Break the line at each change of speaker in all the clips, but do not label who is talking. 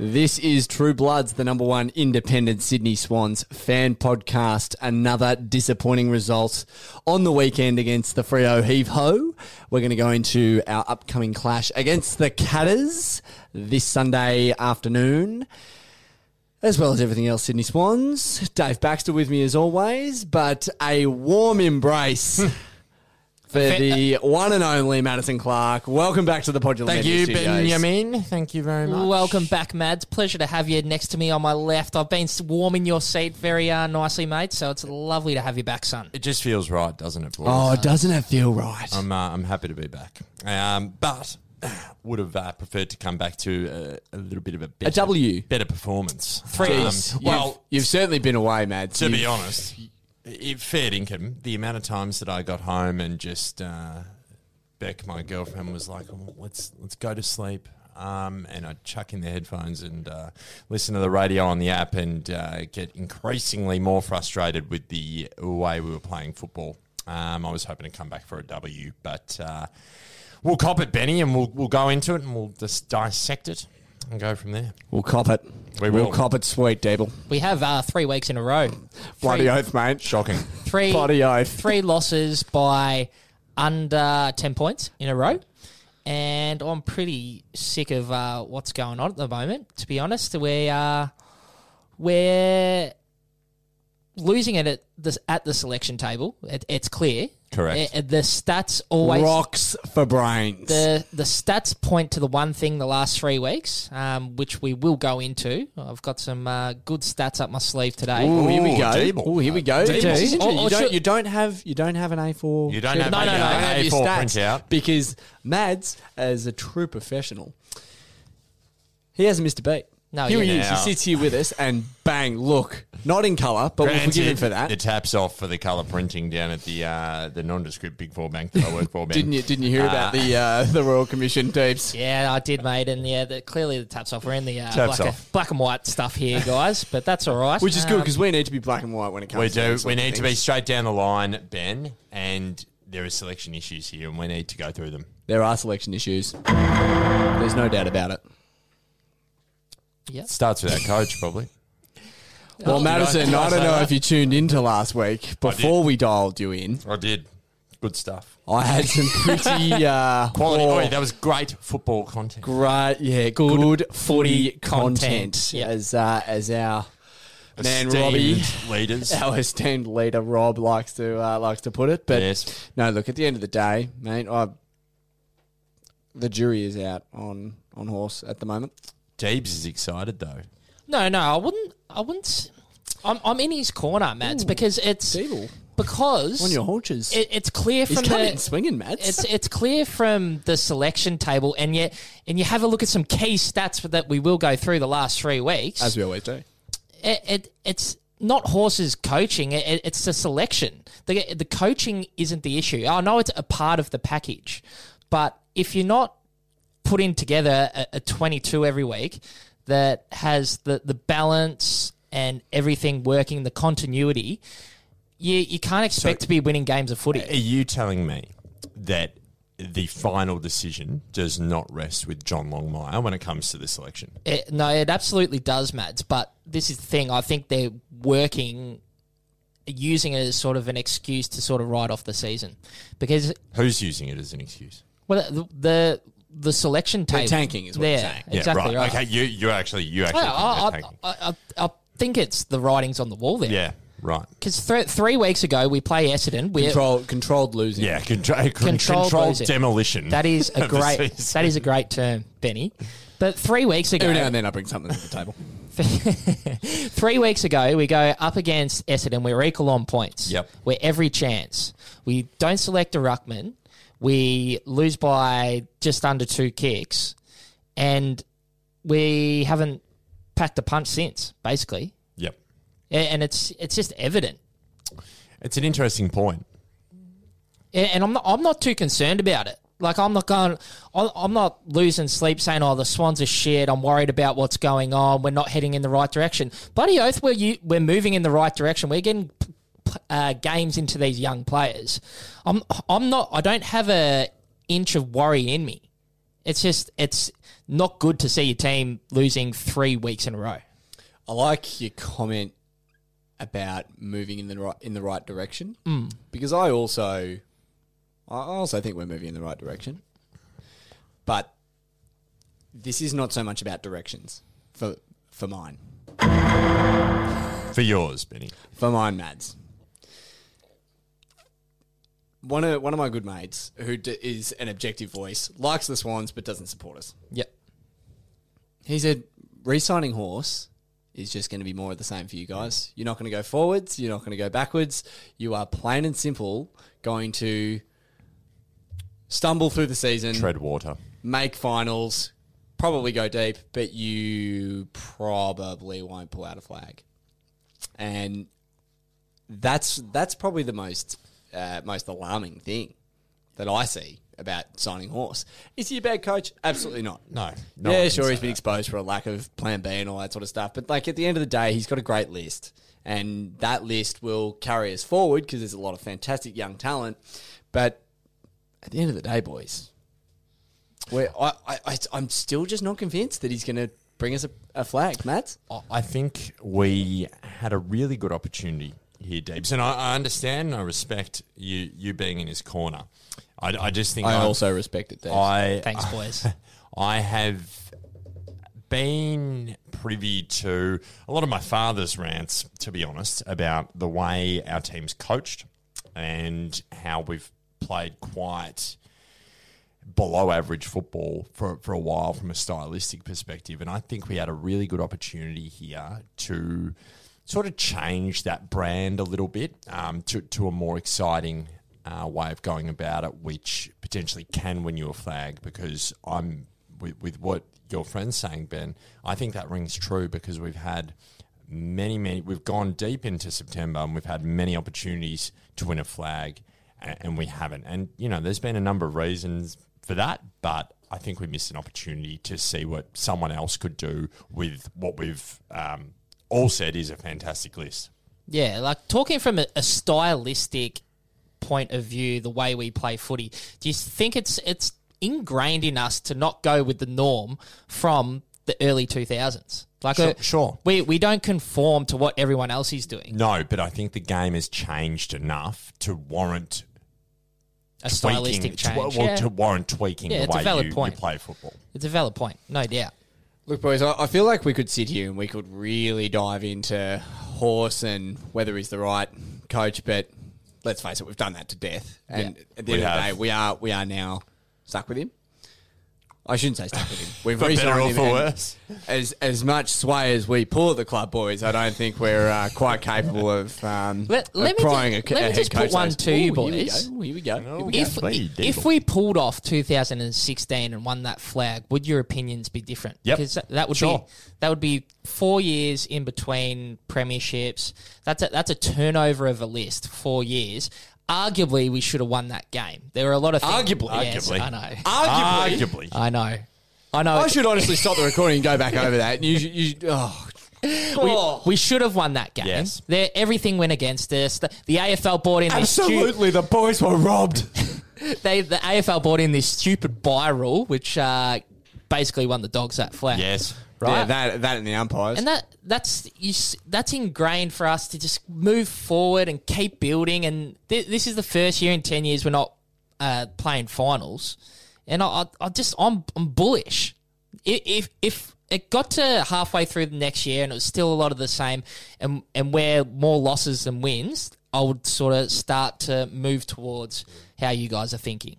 This is True Bloods, the number one independent Sydney Swans fan podcast. Another disappointing result on the weekend against the Frio Heave Ho. We're going to go into our upcoming clash against the Catters this Sunday afternoon, as well as everything else, Sydney Swans. Dave Baxter with me as always, but a warm embrace. For the one and only Madison Clark. Welcome back to the Podular
Thank
Media
you,
Studios.
Benjamin. Thank you very much.
Welcome back, Mads. Pleasure to have you next to me on my left. I've been warming your seat very uh, nicely, mate. So it's lovely to have you back, son.
It just feels right, doesn't it, boys?
Oh, doesn't it feel right?
I'm, uh, I'm happy to be back. Um, but would have uh, preferred to come back to uh, a little bit of a better,
W.
better performance.
Three.
Jeez,
Um,
you've-
well,
you've, certainly been away, Mads.
to
You've-
be honest, it fair income. The amount of times that I got home and just uh, Beck, my girlfriend, was like, "Oh, "Let's let's go to sleep." Um, and I'd chuck in the headphones and uh, listen to the radio on the app and uh, get increasingly more frustrated with the way we were playing football. Um, I was hoping to come back for a W, but uh, we'll cop it, Benny, and we'll, we'll go into it and we'll just dissect it and go from there.
we'll cop it.
We
will
will.
cop it, sweet Deeble.
We have uh, three weeks in a row.
Bloody
Three-
oath, mate.
Shocking.
three
Bloody oath.
three losses by under ten points in a row, and I'm pretty sick of uh, what's going on at the moment. To be honest, we are we're losing it at the at the selection table. It, it's clear,
Correct.
Uh, the stats always
Rocks for brains.
the the stats point to the one thing the last three weeks, um, which we will go into. I've got some uh, good stats up my sleeve today.
oh, here we
Ooh,
go.
Deeble.
Oh, here we go.
Deeble.
This is
Or-
interesting.
or
you, don't,
should-
you don't have you don't have an A4.
Oh, You don't have
no,
a-
no, no,
an
I have your
A4
stats
printout.
because Mads, as a true professional, he hasn't missed a beat.
No,
here
you
he is. He
don't.
sits here with us, and bang! Look, not in colour, but we'll forgive him for that.
The taps off for the colour printing down at the uh, the nondescript Big Four bank that I work for. Ben.
Didn't you? Didn't you hear about the uh, the Royal Commission tapes?
Yeah, I did, mate. And yeah, the, clearly the taps off. We're in the uh,
Taps
black,
off.
black and white stuff here, guys, but that's all right.
Which is good
Um,
because we need to be black and white when it comes.
We
to
do.
these
We
sort of
need to be
things.
straight down the line, Ben, and there are selection issues here, and we need to go through them.
There are selection issues. There's no doubt about it.
Starts with our coach, probably.
Well, Madison, I don't
say
know
that?
if you tuned into last week before we dialed you in.
I did. Good stuff.
I had some pretty uh,
Quality.
poor-
Oh, that was great football content.
great, yeah, good, footy content,
content, yeah.
as uh, as our man
Esteemed
Robbie.
leaders.
Our esteemed leader Rob likes to uh, likes to put it, but
Yes.
no. Look, at the end of the day, mate, I, the jury is out on on horse at the moment.
Deebs is excited though.
No, no, I wouldn't. I wouldn't. s- I'm, I'm in his corner, Mads, because it's
Deeble.
because
on your haunches.
it, it's clear
He's
from
coming
the
in swinging, Mads.
it's it's clear from the selection table, and yet and you have a look at some key stats that we will go through the last three weeks.
As we always do.
it, it it's not horses coaching. It, it- it's the selection. The the coaching isn't the issue. I know it's a part of the package, but if you're not putting together a, a 22 every week that has the the balance and everything working, the continuity, you you can't expect to be winning games of footy.
Are you telling me that the final decision does not rest with John Longmire when it comes to the selection?
It, no, it absolutely does, Mads. But this is the thing. I think they're working, using it as sort of an excuse to sort of write off the season, because
Who's using it as an excuse?
well, the the, the selection table
tanking is what you're
Yeah,
saying.
Exactly right.
Okay, you you actually you actually.
Well, I,
think they're tanking.
I, I, I, I think it's the writings on the wall there.
yeah, right.
Because three weeks ago we play Essendon. We
Control, controlled losing.
Yeah, contro-
Controlled
controlled,
losing.
demolition.
that is a
of the
great
season.
that is a great term, Benny. But three weeks ago,
Every now and then I bring something to the table.
Three weeks ago, we go up against Essendon. We're equal on points.
Yep.
We're every chance. We don't select a ruckman. We lose by just under two kicks, and we haven't packed a punch since, basically.
Yep,
A- And it's it's just evident.
it's an interesting point.
A- And I'm not I'm not too concerned about it. Like I'm not going. I'm I'm not losing sleep saying, "Oh, the Swans are shit." I'm worried about what's going on. We're not heading in the right direction. Bloody oath, we're you, we're moving in the right direction. We're getting p- p- uh, games into these young players. I'm I'm not. I don't have a inch of worry in me It's just it's not good to see your team losing three weeks in a row.
I like your comment about moving in the right in the right direction
Mm.
because I also I also think we're moving in the right direction, but this is not so much about directions for for mine
For yours, Benny.
for mine Mads. One of one of my good mates who d- is an objective voice likes the Swans but doesn't support us.
Yep.
He said, re-signing Horse is just going to be more of the same for you guys. You're not going to go forwards. You're not going to go backwards. You are plain and simple going to stumble through the season,
Tread water.
make finals, probably go deep, but you probably won't pull out a flag. And that's that's probably the most uh, most alarming thing that I see about signing Horse. Is he a bad coach? Absolutely not
No. no one
yeah,
can
sure,
say
he's been
that.
exposed for a lack of plan B and all that sort of stuff. But like at the end of the day, he's got a great list, and that list will carry us forward because there's a lot of fantastic young talent. But at the end of the day, boys, we're, I, I, I, I'm still just not convinced that he's going to bring us a, a flag, Matt.
I- I think we had a really good opportunity here, Deebs, and I, I understand and I respect you you being in his corner. I, I just think
I
I've-
also respect it, Dave.
I
Thanks, boys.
I have been privy to a lot of my father's rants, to be honest, about the way our team's coached and how we've played quite below average football for, for a while from a stylistic perspective. And I think we had a really good opportunity here to sort of change that brand a little bit um, to, to a more exciting uh, way of going about it, which potentially can win you a flag because I'm with, with what your friend's saying, Ben, I think that rings true because we've had many, many, we've gone deep into September and we've had many opportunities to win a flag a- and we haven't. And, you know, there's been a number of reasons for that, but I think we missed an opportunity to see what someone else could do with what we've um, all said is a fantastic list.
Yeah, like talking from a, a stylistic point of view, the way we play footy, do you think it's it's ingrained in us to not go with the norm from the early two thousands? Like,
Sure-
uh,
sure.
we we don't conform to what everyone else is doing.
No, but I think the game has changed enough to warrant
A
tweaking,
stylistic
to-
change.
well,
yeah.
to warrant tweaking
Yeah,
the
it's a
way
valid
you,
point.
you play football.
It's a valid point, no doubt.
Look, boys, I, I feel like we could sit here and we could really dive into Horse and whether he's the right coach, but let's face it, we've done that to death. And at the
We
end of the
have.
day, we are we are now stuck with him. I shouldn't say stuck with him. We've
For better
re-signed
or
him
for
and
worse.
As as much sway as we pour the club, boys, I don't think we're uh, quite capable of, um,
Let-
of
let me
prying
ju-
a, co-
let
a
me
head
just put
coach
one
those-
to you,
Ooh, here we
boys.
go, Here we go. Here we go.
If
Please,
if
Deagle.
we pulled off 2016 and won that flag, would your opinions be different?
Yep.
Because that, that would
Sure.
be that would be four years in between premierships. That's a, that's a turnover of a list. Four years. Arguably, we should have won that game. There are a lot of things.
Arguably.
Yes,
Arguably.
I know.
Arguably,
Arguably.
I know. I know.
I should honestly stop the recording and go back over that. You, you, you- oh,
we,
Oh.
we should have won that game.
Yes.
There, everything went against us. The, the AFL bought in this stu-
Absolutely, the boys were robbed.
they the AFL bought in this stupid buy rule, which uh, basically won the dogs that flag.
Yes.
right.
Yeah, that that and the umpires.
and that that's you, s- that's ingrained for us to just move forward and keep building. And th- this is the first year in ten years we're not uh, playing finals, and I, I, I just I'm, I'm bullish. I- If if it got to halfway through the next year and it was still a lot of the same, and and we're more losses than wins, I would sort of start to move towards how you guys are thinking.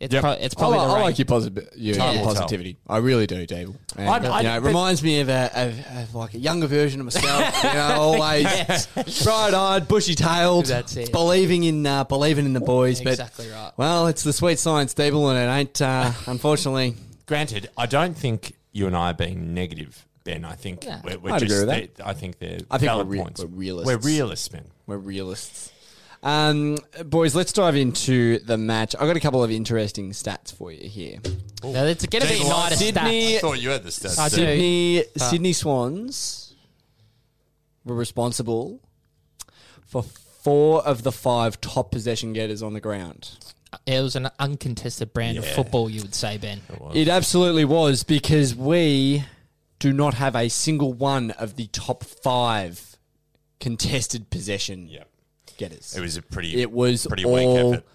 It's,
Yep.
pro- it's
I,
probably
like-
the
I
right.
like your, posi- your
Time will
positivity. I really do, Dave. And,
I'd-
you
I'd-
know, it
but-
reminds me of a of, of like a younger version of myself. you know, always
Yes.
bright-eyed, bushy-tailed.
That's it.
It's believing in uh, believing in the boys. But
Exactly right.
Well, it's the sweet science, Dave, and it ain't uh, unfortunately.
Granted, I don't think you and I are being negative, Ben. I think
Yeah.
we're, we're
I'd
just.
agree with
they- I think they're
I think
valid
we're rea-
points.
we're realists.
We're realists, Ben.
We're realists. Um, boys, let's dive into the match. I've got a couple of interesting stats for you here.
Now, it's going to be
Sydney-
United
Sydney-
stats.
I
thought you had the stats.
I do.
Sydney Sydney Swans were responsible for four of the five top possession getters on the ground.
It was an uncontested brand of football, you would say, Ben.
It absolutely was because we do not have a single one of the top five contested possession
Yep.
getters.
It was a pretty.
It was
pretty
all
weak effort.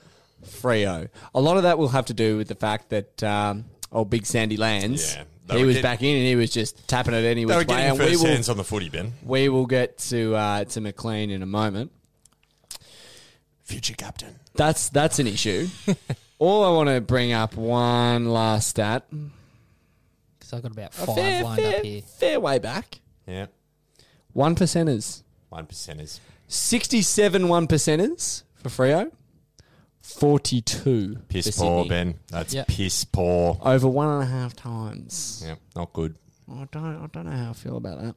Freo. A lot of that will have to do with the fact that um, old Big Sandy Lands,
Yeah, they
he
were
was
getting-
back in and he was just tapping it any
They were
which way.
getting
And we
first
will,
hands on the footy, Ben.
we will get to uh, to McLean in a moment.
Future captain.
That's that's an issue. All I want to bring up one last stat.
Because I've got about five
fair,
lined
fair,
up here.
fair way back.
Yeah.
One percenters.
One percenters.
67 one percenters for Freo. 42.
Piss
for
poor,
Sydney.
Ben. That's
Yep.
piss poor.
Over one and a half times.
Yeah, not good.
I don't. I don't know how I feel about that.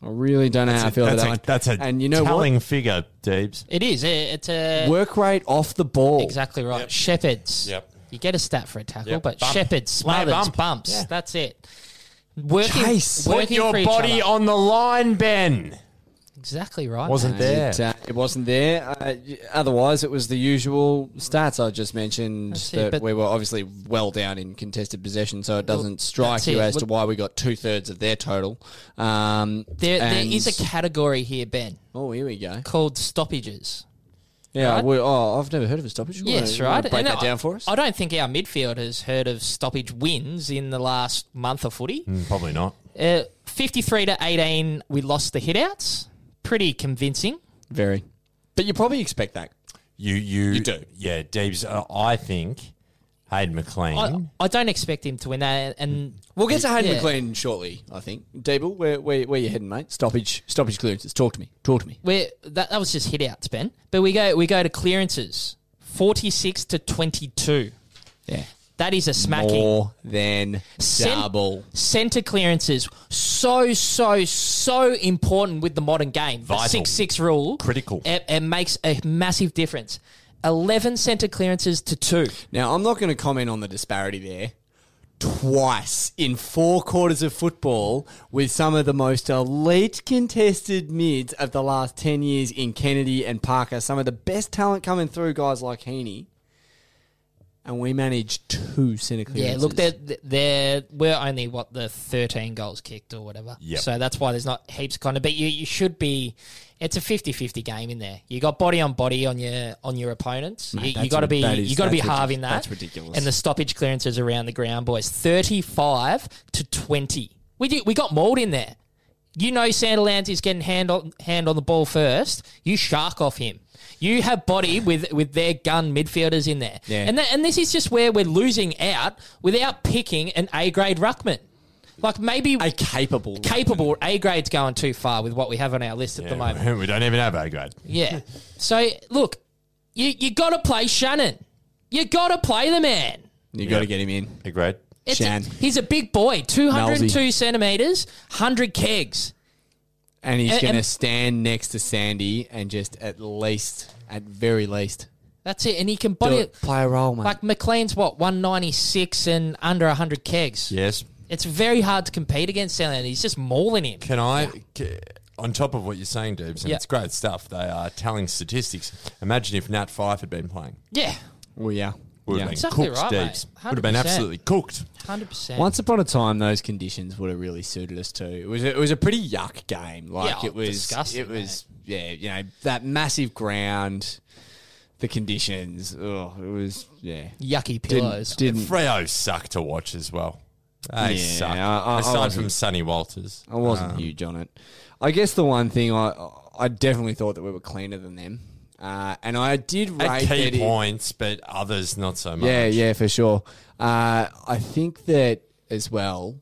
I really don't know how I feel
that's,
about
a,
that.
that's a
one. and you know
telling figure, Deebs.
It is. It, it's a.
what? Work rate off the ball.
Exactly right. Shepherds.
Yep.
You get a stat for a tackle,
Yep.
but
Bump.
shepherds, smothers,
bump.
bumps.
Yeah.
That's it. Working,
Chase.
working
Put your
for each
body
other.
on the line, Ben.
Exactly right.
Wasn't
mate.
there.
It, uh, it wasn't there. Uh, y- otherwise, it was the usual stats I just mentioned
That's it,
that
but-
we were obviously well down in contested possession, so it doesn't strike
that's
you
it.
as to
Look-
why we got two thirds of their total. Um,
There, there
and-
is a category here, Ben,
oh, here we go.
called stoppages.
Yeah,
right?
we, oh, I've never heard of a stoppage. You
Yes,
wanna- you wanna
right.
Break
And
that
I-
down for us.
I don't think our midfield has heard of stoppage wins in the last month of footy.
Hmm.
Probably not.
Uh, 53 to 18, we lost the hitouts. Pretty convincing.
Very, but you probably expect that.
You you, you
do.
Yeah, Deebs. Uh, I think Hayden McLean.
I, I don't expect him to win that. And
Mm. We'll get to Hayden
Yeah.
McLean shortly, I think. Dable, where, where where you heading, mate? Stoppage stoppage clearances. Talk to me. Talk to me.
we're, that, that was just hitouts, Ben. But we go we go to clearances, 46 to 22.
Yeah.
That is a smacking.
More than
Cent-
double.
Centre clearances, so, so, so important with the modern game. The
Vital.
6 6 rule.
Critical.
It, it makes a massive difference. 11 centre clearances to two.
Now I'm not going to comment on the disparity there. Twice in four quarters of football with some of the most elite contested mids of the last ten years in Kennedy and Parker. Some of the best talent coming through, guys like Heaney. And we managed two centre
Yeah,
clearances.
look, there, there were only what the thirteen goals kicked or whatever.
Yep.
So that's why there's not heaps kind of. But you, you should be. It's a 50-50 game in there. You got body on body on your on your opponents. you
that's
you got to
rid-
be
that is-
you got to be
that's ridic-
halving that.
that's ridiculous.
And the stoppage clearances around the ground, boys, thirty five to twenty. We do, we got mauled in there. You know Sanderlands is getting hand on hand on the ball first. You shark off him. You have body with with their gun midfielders in there.
Yeah.
And that, and this is just where we're losing out without picking an A grade ruckman. Like maybe
a capable
capable A grade's going too far with what we have on our list at the moment.
Yeah, we don't even have A grade.
Yeah. So look, you you got to play Shannon. You got to play the man.
You got to get him in.
A grade.
It's
Shan.
he's a big boy, 202 centimeters, 100 kegs.
And he's
And-
going to
and-
stand next to Sandy and just at least, at very least,
That's it. And he can
do
body
it. play a role, mate.
Like McLean's what, 196 and under 100 kegs.
Yes.
It's very hard to compete against Sandland. He's just mauling him.
Can I, ca- on top of what you're saying, Deebs, and
Yeah.
it's great stuff, they are telling statistics. Imagine if Nat Fife had been playing.
Yeah.
well, yeah.
Would
yeah.
have been
Exactly
cooked,
right, mate.
Deebs. Would have been
100%.
absolutely cooked.
100%.
Once upon a time, those conditions would have really suited us too. It was it was a pretty yuck game. Like
Yeah,
it was,
disgusting,
it was yeah, you know that massive ground, the conditions. Oh, it was yeah.
Yucky pillows.
Didn't, didn't
Freo sucked to watch as well. They
Yeah,
sucked.
I- I- I
Aside from
wasn't-
Sonny Walters.
I wasn't huge on it. I guess the one thing I I definitely thought that we were cleaner than them, uh, and I did rate that
At key
it-
points, but others not so much.
Yeah, yeah, for sure. Uh, I think that as well.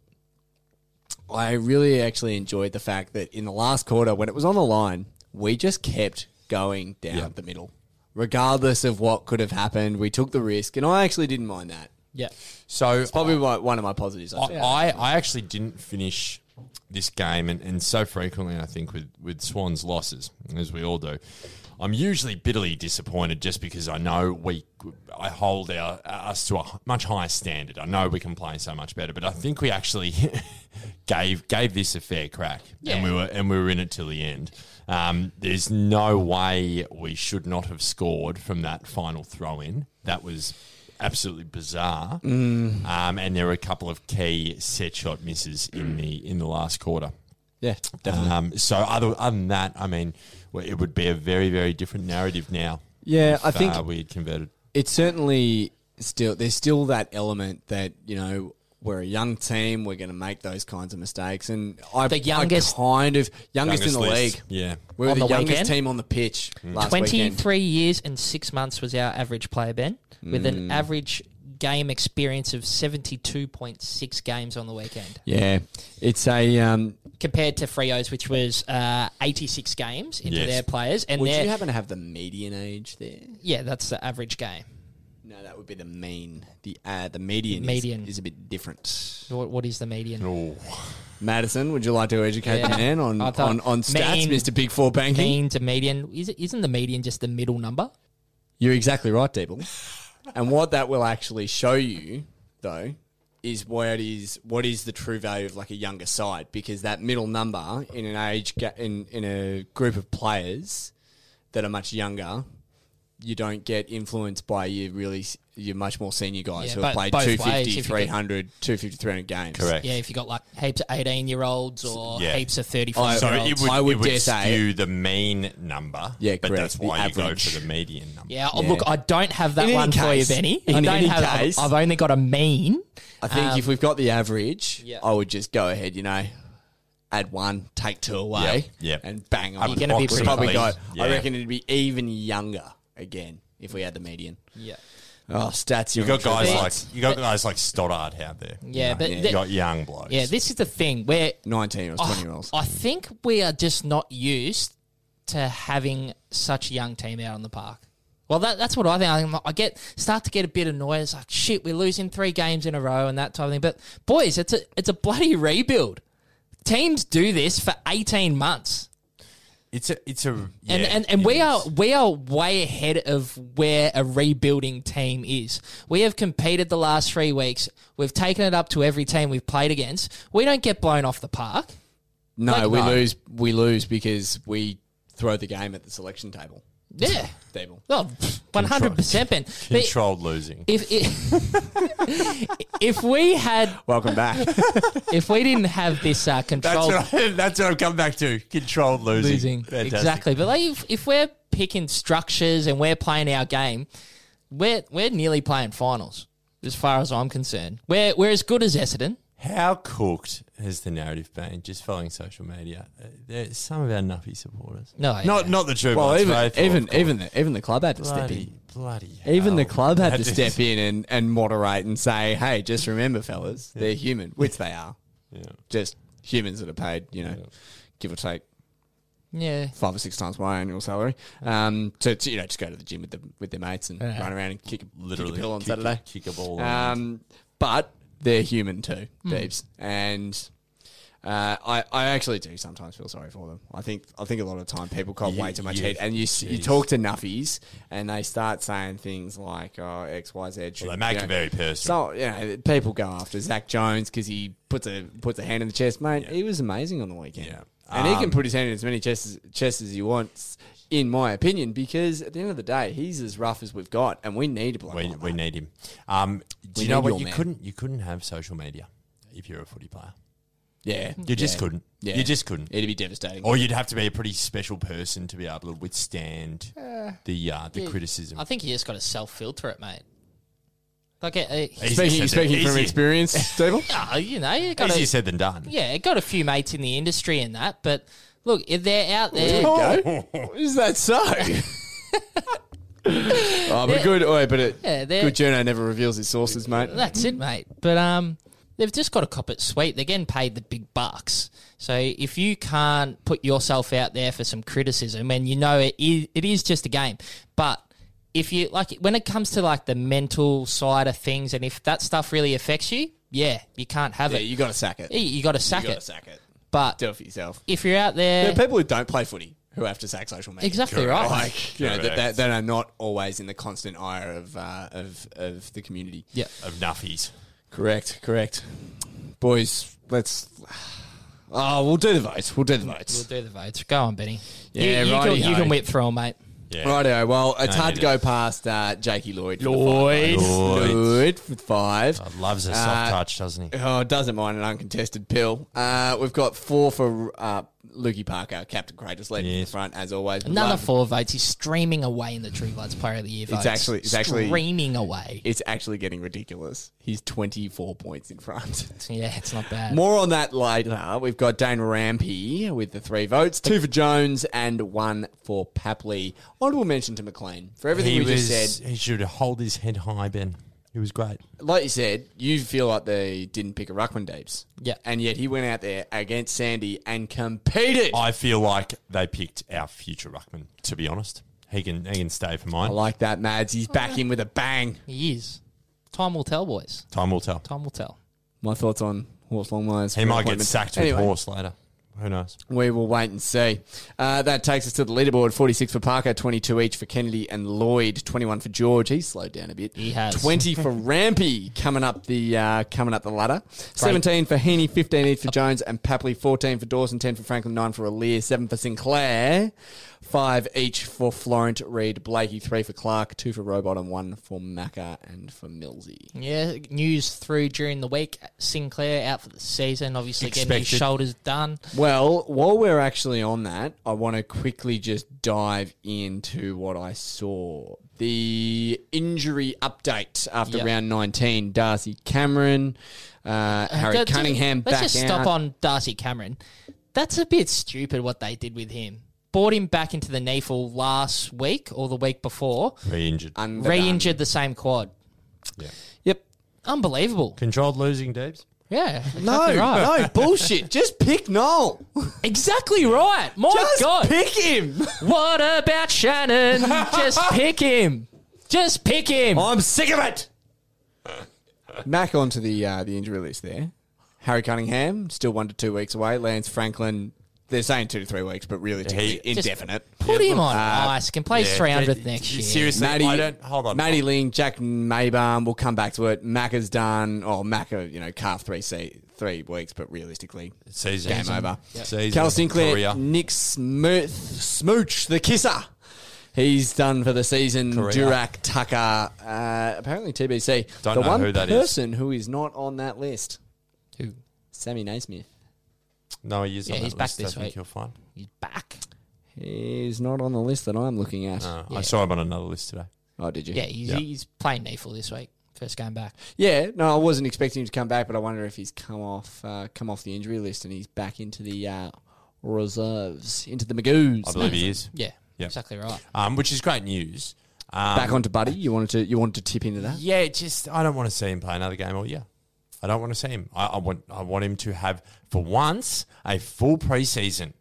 I really actually enjoyed the fact that in the last quarter, when it was on the line, we just kept going down the middle, regardless of what could have happened. We took the risk, and I actually didn't mind that.
yeah.
So
Probably my, one of my positives. I
I,
think.
I, I actually didn't finish this game, and, and so frequently I think with, with Swans losses, as we all do. I'm usually bitterly disappointed just because I know we I hold our us to a much higher standard. I know we can play so much better, but I think we actually gave gave this a fair crack,
Yeah.
and we were and we were in it till the end. Um, there's no way we should not have scored from that final throw in. That was absolutely bizarre.
Mm.
Um, and there were a couple of key set shot misses in the in the last quarter.
Yeah, definitely.
Um, so other, other than that, I mean, well, it would be a very, very different narrative now.
yeah, I
if,
think
uh, we had converted.
it's certainly still there's still that element that you know we're a young team. We're going to make those kinds of mistakes, and I
The youngest-
I kind of youngest, in the
list.
league.
Yeah.
We were
On
the,
the
youngest
weekend?
team on the pitch last weekend.
23 years and six months was our average player, Ben, with
Hmm.
an average game experience of 72.6 games on the weekend,
Yeah, it's a. Um,
compared to Frio's, which was uh, 86 games into
Yes.
their players. And
would
their-
you happen to have the median age there?
yeah, that's the average game.
No, that would be the mean. The uh, the median, is-
Median.
Is, a bit different.
What, what is the median?
Oh,
Madison, would you like to educate
Yeah.
the man on
I thought-
on, on stats,
Mean.
Mister Big Four banking?
Mean to median. Is, it- isn't the median just the middle number?
You're exactly right, Deeble. and what that will actually show you, though, is what is what is the true value of like a younger side because that middle number in an age ga- in in a group of players that are much younger, you don't get influenced by your really s- your much more senior guys
Yeah,
who have
but
played
both
250,
ways, if you get-
300, 250, 300 games.
correct.
Yeah, if you got like heaps of 18 year olds or
Yeah.
heaps of
I-
35
So
year
it
olds.
would,
I would
it would
dare say-
skew the mean number.
Yeah,
But
correct,
that's
the
why you go
average.
for the median number.
Yeah, oh,
Yeah.
look, I don't have that
In any
one for you,
case-
Benny.
in
I don't
any
have.
case-
I've, I've only got a mean.
I think if we've got the average,
Um, Yeah.
I would just go ahead, you know, add one, take two away,
Yeah, yeah.
and bang on.
You're gonna be pretty
probably
close.
go. I
Yeah.
reckon it'd be even younger again if we had the median.
Yeah,
Oh, stats! You're
You got guys
But-
like you got guys like Stoddard out there. you
Yeah,
know.
but
you
the-
got young blokes.
yeah. This is the thing where
nineteen or
oh,
twenty year olds.
I think we are just not used to having such a young team out on the park. Well, that, that's what I think. I'm like- I get start to get a bit annoyed. It's like shit, we're losing three games in a row and that type of thing. But boys, it's a it's a bloody rebuild. Teams do this for eighteen months.
it's a it's a
and
yeah,
and, and
it
we
is.
are we are way ahead of where a rebuilding team is. We have competed the last three weeks. We've taken it up to every team we've played against. We don't get blown off the park.
no,
like,
we
no.
lose. We lose because we throw the game at the selection table.
Yeah,
Table.
well, one hundred percent, Ben. But
controlled losing.
if it, if we had
Welcome back.
if we didn't have this uh,
That's
control
what, I, that's what I've come back to. Controlled losing.
losing
Fantastic.
exactly, but like if, if we're picking structures and we're playing our game, we're we're nearly playing finals as far as I'm concerned. We're we're as good as Essendon.
How cooked has the narrative been? Just following social media, Uh, there's some of our nuffy supporters.
No, yeah.
not not the true
well,
ones.
even
faithful,
even
of course.
even the, even the club had to step in.
bloody bloody.
Even the
hell.
club had
That
to
is-
step in and, and moderate and say, hey, just remember, fellas, they're human, which they are.
Yeah.
Just humans that are paid, you know, give or take
Yeah.
five or six times my annual salary um, to, to, you know, just go to the gym with, the, with their mates and
Yeah.
run around and kick a, Literally
Literally
kick a pill on
kick a-
Saturday.
kick a ball. on.
Um, but they're human too, Deebs. And uh, I, I actually do sometimes feel sorry for them. I think I think a lot of the time people cop
Yeah,
way too much
yeah,
heat, and you s you
jeez.
talk to nuffies, and they start saying things like oh, X Y Z.
Well, they
should-
make
you
it
know,
very personal.
So you know, people go after Zach Jones because he puts a puts a hand in the chest, mate.
Yeah.
He was amazing on the weekend,
Yeah.
and he can
Um,
put his hand in as many chests chests as he wants, in my opinion. Because at the end of the day, he's as rough as we've got, and we need a bloke.
we,
like
we
that.
need him. Um, do
Oh, We
you know
need
what?
your
You
man.
couldn't you couldn't have social media if you're a footy player.
yeah,
You just
Yeah.
couldn't.
Yeah.
You just couldn't.
It'd be devastating.
or you'd have to be a pretty special person to be able to withstand the uh, the criticism.
I think you just got to self filter it, mate. Like, it, it-
Easier
Speaking, speaking
said than-
from
easier-
experience, Stable.
Ah, you know, you got
Easier
to,
said than done.
yeah, it got a few mates in the industry and that, but look, if they're out there,
Oh, Is that so? oh, but good. Oh, but it,
Yeah, they're-
good journo never reveals his sources, mate.
that's it, mate. But um, they've just got to cop it sweet. They're getting paid the big bucks, so if you can't put yourself out there for some criticism, and you know it is, it is just a game, but. If you like, when it comes to like the mental side of things, and if that stuff really affects you, yeah, you can't have
Yeah,
it. E,
you got to sack it.
You, got to sack
You got to
it.
sack it.
But
Do it for yourself.
if you're out
There
there,
are people who don't play footy who have to sack social media.
Exactly right.
Like, you know, that, that,
Correct.
that are not always in the constant ire of, uh, of, of the community.
yeah.
of nuffies.
Correct, correct. Boys, let's. Oh, we'll do the votes. We'll do the
We'll
votes.
do the votes. Go on, Benny. You-
Yeah,
you, can,
righty-ho.
you can whip through 'em, mate.
Yeah.
Rightio. Well, it's
No,
hard to
you
go past uh, Jakey Lloyd. for the
Lloyd.
five votes.
Lloyd.
Lloyd with five.
God, loves a
Uh,
soft touch, doesn't he?
Oh, doesn't mind an uncontested pill. Uh, we've got four for uh, Lukey Parker, Captain Courageous, leading
Yes.
the front as always. We
Another
love-
four votes. He's streaming away in the True Bloods Player of the Year votes.
actually- it's actually-
streaming away.
It's actually getting ridiculous. He's twenty four points in front.
yeah, it's not bad.
More on that later. We've got Dane Rampy with the three votes, two for Jones and one for Papley. Honourable mention to McLean for everything
He
we
was.
just said.
He should hold his head high, Ben. He was great.
Like you said, you feel like they didn't pick a Ruckman Deeps.
Yeah.
And yet he went out there against Sandy and competed. I,
I feel like they picked our future ruckman. To be honest, he can he can stay for mine.
like that, Mads. He's back in with a bang.
He is. Time will tell, boys.
Time will tell.
Time will tell.
My thoughts on Horse Longmire's.
He might get sacked with
Anyway.
horse later. Who knows?
We will wait and see. Uh, that takes us to the leaderboard 46 for Parker, 22 each for Kennedy and Lloyd, 21 for George. He's slowed down a bit.
He has.
20 for Rampy coming up the uh, coming up the ladder. 17 for Heaney, 15 each for Jones and Papley, 14 for Dawson, 10 for Franklin, 9 for Alir, 7 for Sinclair, 5 each for Florent, Reed, Blakey, 3 for Clark, 2 for Robot, and 1 for Macca and for Millsy.
Yeah, news through during the week. Sinclair out for the season. Obviously, getting his
Expected.
shoulders done.
Well, while we're actually on that, I want to quickly just dive into what I saw. The injury update after
Yeah.
round 19 Darcy Cameron, uh, Harry
Uh, d- d-
Cunningham
Let's
back
just
out.
stop on Darcy Cameron. That's a bit stupid what they did with him. Bought him back into the NEFL last week or the week before.
Re injured.
Underdone.
Re-injured the same quad.
yeah.
Yep.
Unbelievable.
Controlled losing deeps.
Yeah.
No,
Exactly right.
no, bullshit. Just pick Noel.
Exactly right. My
Just
God.
pick him.
what about Shannon? Just pick him. Just pick him.
I'm sick of it. Back onto the uh, the injury list there. Harry Cunningham, still one to two weeks away. Lance Franklin, they're saying two to three weeks, but really
He-
Just-
indefinite.
Put him on
Uh,
ice. Can play
yeah,
three hundredth
but
next year.
seriously-
Matty,
I don't- hold on.
Matty Ling, Jack Maybaum, we'll come back to it. Macca's done, or Macca, you know, calf three se- three weeks, but realistically,
Season.
game over.
Season.
Cal Sinclair, Mm.
Career.
Nick Smooth, Smooch, the kisser. He's done for the season.
Career.
Durack Tucker, uh, apparently TBC.
Don't
the
know
one
who that is.
person who is not on that list,
Who-
Sammy Naismith.
No, he is.
Yeah,
on
he's
that
back
list.
this
I
week.
think you'll find.
He's back.
He's not on the list that I'm looking at.
Uh,
Yeah.
I saw him on another list today.
oh, did you?
Yeah, he's,
Yeah.
he's playing Neefel this week. First game back.
Yeah, no, I wasn't expecting him to come back, but I wonder if he's come off uh, come off the injury list and he's back into the uh, reserves, into the
I
Magoos.
believe he is.
Yeah,
Yeah.
exactly right.
Um, which is great news. Um,
back onto Buddy. You wanted to you wanted to tip into that.
Yeah, it just I don't want to see him play another game all year. I don't want to see him. I, I want I want him to have for once a full preseason.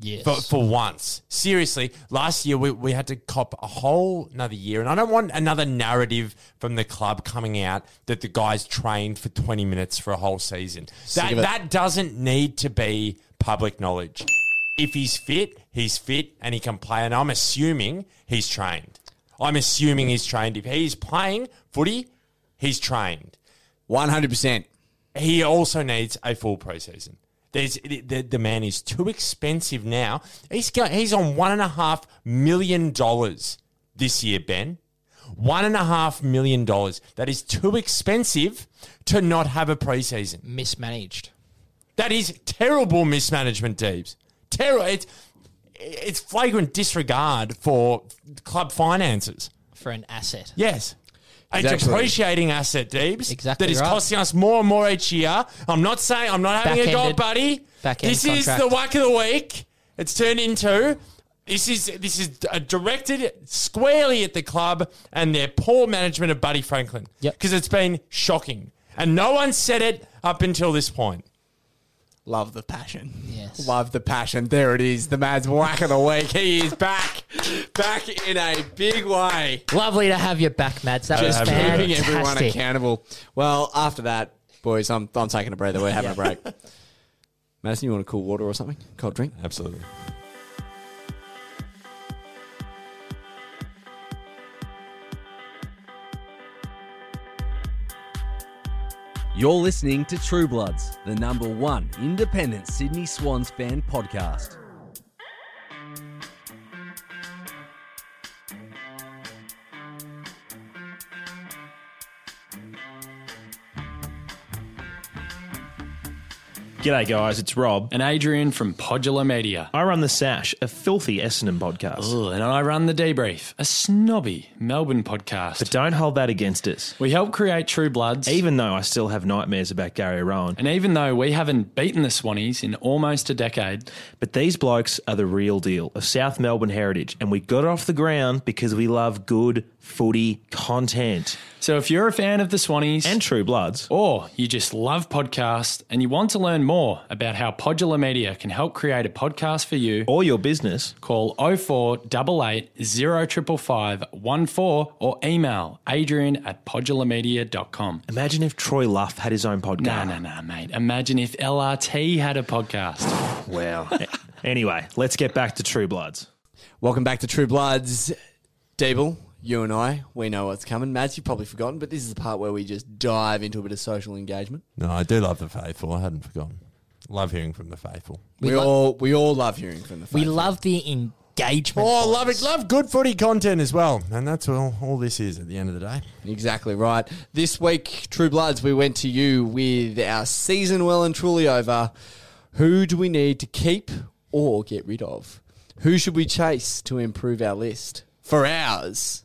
Yes.
For, for once, seriously, last year we, we had to cop a whole another year, and I don't want another narrative from the club coming out that the guys trained for twenty minutes for a whole season. That
of it.
that doesn't need to be public knowledge. If he's fit, he's fit, and he can play. And I'm assuming he's trained. I'm assuming he's trained. If he's playing footy, he's trained
One hundred percent.
he also needs a full preseason. There's the, the man is too expensive now. He's go, he's on one and a half million dollars this year, Ben. One and a half million dollars. That is too expensive to not have a preseason.
mismanaged.
That is terrible mismanagement, Deebs. Terrible. It's, it's flagrant disregard for club finances.
for an asset.
Yes. A
Exactly.
depreciating asset, Deebs.
Exactly
That is
right.
costing us more and more each year. I'm not saying I'm not having a go,
Back-ended-
buddy.
back-end
This is
contract.
the whack of the week. It's turned into this is this is uh, directed squarely at the club and their poor management of Buddy Franklin.
Yep.
Because it's been shocking. And no one said it up until this point.
Love the passion.
Yes.
Love the passion. There it is. The man's whack of the week. He is back. Back in a big way.
Lovely to have you back, Mads. That was
to have you
Keeping
back.
everyone
fantastic.
accountable. Well, after that, boys, I'm I'm taking a breather. We're having a break. Madison, you want a cool water or something? Cold drink?
Absolutely.
You're listening to True Bloods, the number one independent Sydney Swans fan podcast.
G'day, guys. It's Rob.
and Adrian from Podular Media.
I run The Sash, a filthy Essendon podcast.
Ugh, and I run The Debrief, a snobby Melbourne podcast.
But don't hold that against us,
we help create True Bloods,
even though I still have nightmares about Gary Rowan.
and even though we haven't beaten the Swannies in almost a decade,
But these blokes are the real deal of South Melbourne heritage, and we got it off the ground because we love good footy content.
so if you're a fan of the Swannies
And True Bloods.
or you just love podcasts and you want to learn more about how Podular Media can help create a podcast for you,
Or your business.
call 0488 0555 14 or email adrian at podularmedia.com.
Imagine if Troy Luff had his own
No,
podcast.
no,
uh,
no, mate. Imagine if LRT had a podcast.
Wow. anyway, let's get back to True Bloods.
Welcome back to True Bloods. Dable, you and I, we know what's coming. Mads, you've probably forgotten, but this is the part where we just dive into a bit of social engagement.
No, I do love the faithful. I hadn't forgotten. Love hearing from the faithful.
We,
lo-
all we all love hearing from the
We
faithful.
love the engagement.
Oh, I love
boys.
it. Love good footy content as well. And that's all, all this is at the end of the day.
Exactly right. This week, True Bloods, we went to you with our season well and truly over. Who do we need to keep or get rid of? Who should we chase to improve our list? For ours,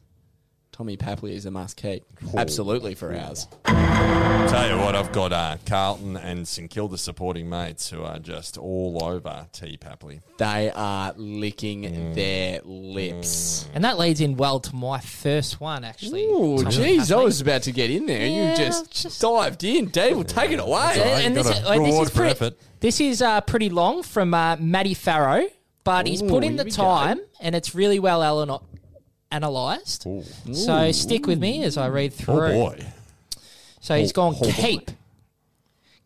Tommy Papley is a must keep.
Oh.
Absolutely for ours.
Tell you what, I've got uh, Carlton and St Kilda supporting mates who are just all over T Papley.
They are licking
Mm.
their lips.
And that leads in well to my first one, actually.
Mm.
Oh,
Tom
geez, I
Huxley.
was about to get in there.
Yeah,
you just,
just-
dived in. Dave will take it away.
right.
And
You
this,
gotta
uh, this
reward
is
for
pretty,
effort.
This is uh, pretty long from uh, Matty Farrow, but he's put
Ooh,
in the
here we go.
time and it's really well alano- analysed. So stick with me as I read through.
Oh boy.
So
Oh,
he's gone keep.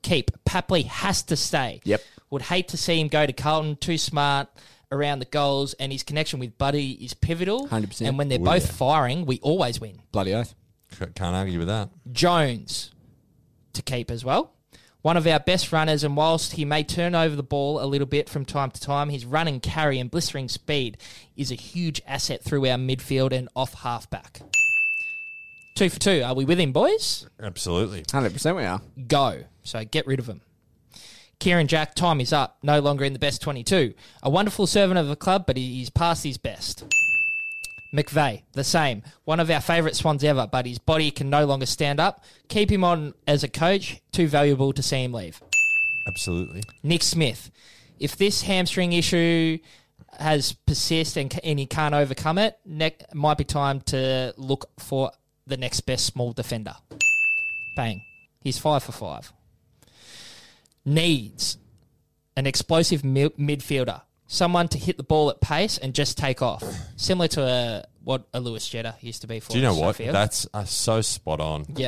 Keep. Papley has to stay.
Yep.
Would hate to see him go to Carlton. Too smart around the goals, and his connection with Buddy is pivotal.
100%.
And when they're both firing, we always win.
Bloody oath.
C- Can't argue with that.
Jones to keep as well. One of our best runners, and whilst he may turn over the ball a little bit from time to time, his run and carry and blistering speed is a huge asset through our midfield and off halfback. Two for two. Are we with him, boys?
Absolutely.
100% we are.
Go. So get rid of him. Kieran Jack, time is up. No longer in the best 22. A wonderful servant of the club, but he- he's past his best. McVeigh, the same. One of our favourite swans ever, but his body can no longer stand up. Keep him on as a coach. Too valuable to see him leave.
Absolutely.
Nick Smith, if this hamstring issue has persist and, and he can't overcome it, ne- might be time to look for the next best small defender. Bang. He's five for five. Needs an explosive mi- midfielder, someone to hit the ball at pace and just take off, similar to uh, what a Lewis Jetta used to be for.
Do you know
us, I
what?
feel.
That's uh, so spot on.
yeah.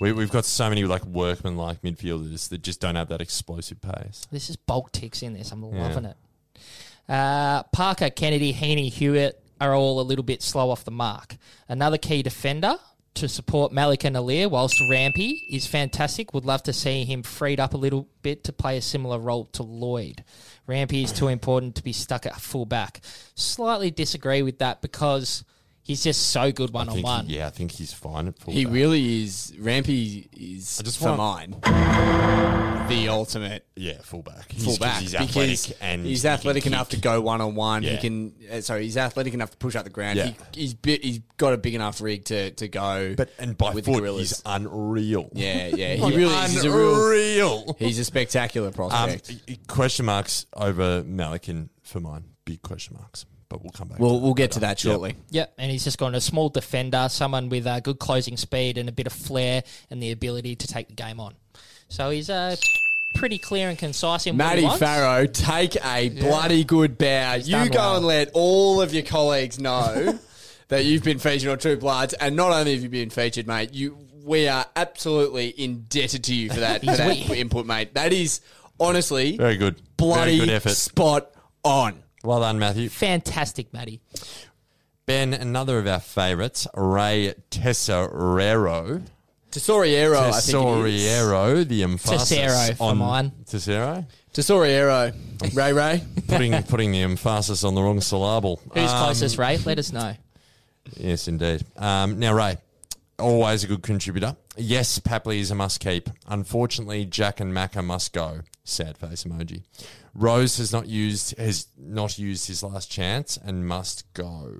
We, we've got so many like workmen like midfielders that just don't have that explosive pace.
This is bulk ticks in this. I'm loving it. Uh, Parker, Kennedy, Heaney, Hewitt are all a little bit slow off the mark. Another key defender to support Malik and Alir, whilst Rampy is fantastic. Would love to see him freed up a little bit to play a similar role to Lloyd. Rampy is too important to be stuck at fullback. Slightly disagree with that because he's just so good one
I
on
think
one.
he- yeah, I think he's fine at full.
He really is. Rampy is,
I just
for mine, the ultimate
yeah, fullback. He's- 'cause
fullback
He's
because
athletic and
he's
he can
athletic
kick.
enough to go one on one. He
Yeah.
can, uh, sorry, he's athletic enough to push up the ground.
Yeah.
He, he's bi- he's got a big enough rig to to go.
But and by
with the
foot,
gorillas.
he's unreal.
yeah, yeah, he really is. He's a real.
unreal.
He's a spectacular
Um,
prospect.
question marks over Malikin for mine. Big question marks. But we'll come back.
we'll
to
we'll get to that shortly.
Yep, and he's just gone a small defender, someone with uh, good closing speed and a bit of flair and the ability to take the game on. So he's uh, pretty clear and concise in what he
Matty
wants.
Farrow, take a bloody good bow. you
done
go
well.
and let all of your colleagues know that you've been featured on True Bloods, and not only have you been featured, mate, you we are absolutely indebted to you for that, for that input, mate. That is honestly
Very good. Very
bloody
good effort.
spot on.
Well done, Matthew.
Fantastic, Matty.
Ben, another of our favourites, Ray Tesserero.
Tesoriero, Oh, I think it is.
Tesoriero, the emphasis
Tesoro for
on
mine.
Tesoro,
Tesoriero. Ray Ray.
putting putting the emphasis on the wrong syllable.
Who's
Um,
closest, Ray? Let us know.
Yes, indeed. Um, now, Ray, always a good contributor. Yes, Papley is a must keep. Unfortunately, Jack and Macca must go. Sad face emoji. Rose has not used has not used his last chance and must go.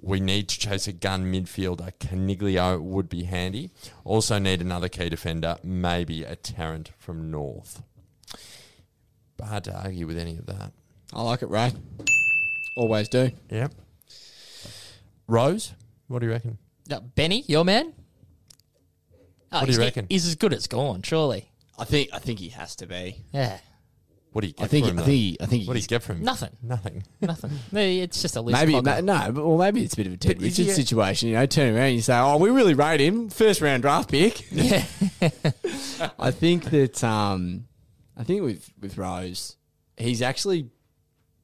We need to chase a gun midfielder. Caniglio would be handy. Also need another key defender, maybe a Tarrant from North. Hard to argue with any of that.
I like it, Ray. Always do.
Yep. Rose, what do you reckon?
Uh, Benny, your man? Oh,
What do
he's
you
g-
reckon?
He's as good as gone, surely.
I think I think he has to be.
Yeah.
What do you get
I think
for him,
I
though?
think he, I think
What do you
he's
get from him?
Nothing.
Nothing.
Nothing. No, it's just a list.
maybe
clogger.
ma- no, but, well maybe it's a bit of a Ted
But is
Richards
he a-
situation. You know, turn around and you say, "Oh, we really rate him, first round draft pick."
Yeah.
I think that um, I think with with Rose, he's actually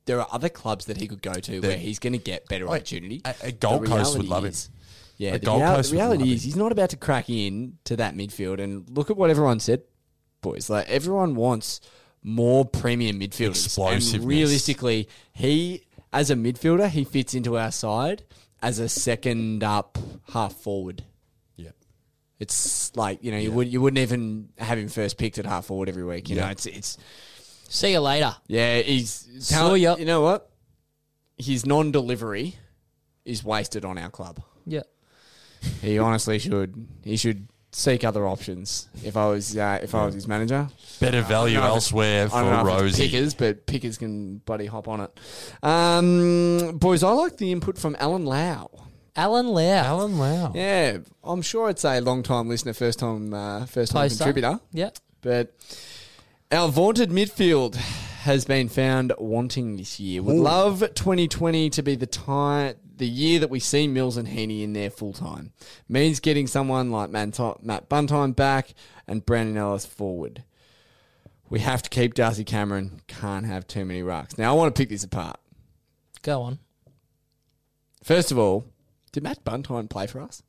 there are other clubs that he could go to where he's going to get better opportunity.
A, a Gold
The
Coast would
reality
love
is-
it.
Yeah,
The
the,
Gold
real-
Coast
the
would
reality
love
is he's not about to crack in to that midfield. And look at what everyone said, boys. Like everyone wants more premium midfielders.
Explosiveness.
And realistically, he as a midfielder, he fits into our side as a second up half forward.
Yeah.
It's like you know you would you wouldn't even have him first picked at half forward every week. You know, it's it's
See you later.
yeah, he's
Saw ya.
You know what? His non-delivery is wasted on our club.
Yeah.
He honestly should. He should seek other options. If I was uh, if I was his manager,
Better value
know if
elsewhere
I don't know
for
if it's
Rosie.
pickers, but pickers can bloody hop on it. Um, boys, I like the input from Alan Lau.
Alan Lau.
Alan Lau.
Yeah, I'm sure it's a long time listener, first time uh, first time
Poster.
contributor.
Yeah.
But our vaunted midfield has been found wanting this year. Would love 2020 to be the time, the year that we see Mills and Heaney in there full time. Means getting someone like Manto- Matt Buntime back and Brandon Ellis forward. We have to keep Darcy Cameron. Can't have too many rucks. Now I want to pick this apart.
Go on.
First of all, did Matt Buntine play for us?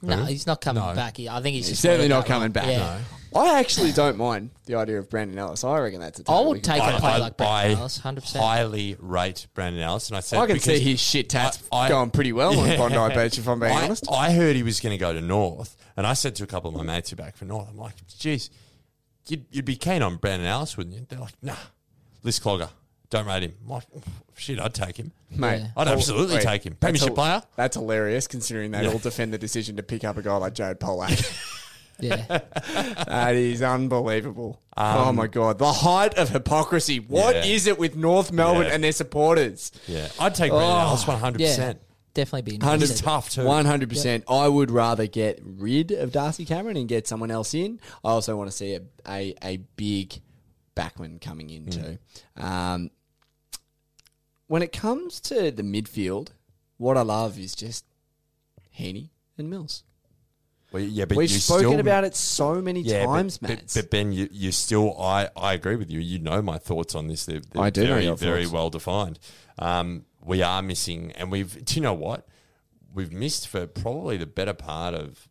No, he's not coming
No.
back. He- I think he's,
He's
just
certainly
wanted
not
that
coming
one.
back.
Yeah.
I actually don't mind the idea of Brandon Ellis. I reckon that's a
I
title we
would
can
take a play like Brandon Ellis, 100%.
highly rate Brandon Ellis. And I said
I can
because
see his shit tats
I- I-
going pretty well
Yeah.
on Bondi Beach, if I'm being
I,
honest.
I heard he was going to go to North. And I said to a couple of my mates who back for North, I'm like, geez, you'd, you'd be keen on Brandon Ellis, wouldn't you? They're like, nah, list clogger. Don't rate him. I'm like, shit, I'd take him.
Mate,
I'd absolutely
wait,
take him.
that's
Premiership
hil-
player.
That's hilarious considering they all defend the decision to pick up a guy like Jared Polak.
Yeah.
that is unbelievable. oh my God. The height of hypocrisy. What is
Um, Yeah.
it with North Melbourne
Yeah.
and their supporters?
Yeah. I'd take Brandon
Oh.
Ellis 100%.
yeah. Definitely be
He's
interested.
tough, too.
100%. I would rather get rid of Darcy Cameron and get someone else in. I also want to see a, a, a big backman coming
Hmm.
in, too. Um, when it comes to the midfield, what I love is just Heaney and Mills.
Well, yeah, but
We've
you
spoken
still-
about it so many
Yeah, but-
times,
but,
Mads.
But, Ben, you, you still, I, I agree with you. You know my thoughts on this. They're, they're
I do know
very,
your
very
thoughts.
well defined. Um, we are missing, and we've. Do you know what? We've missed for probably the better part of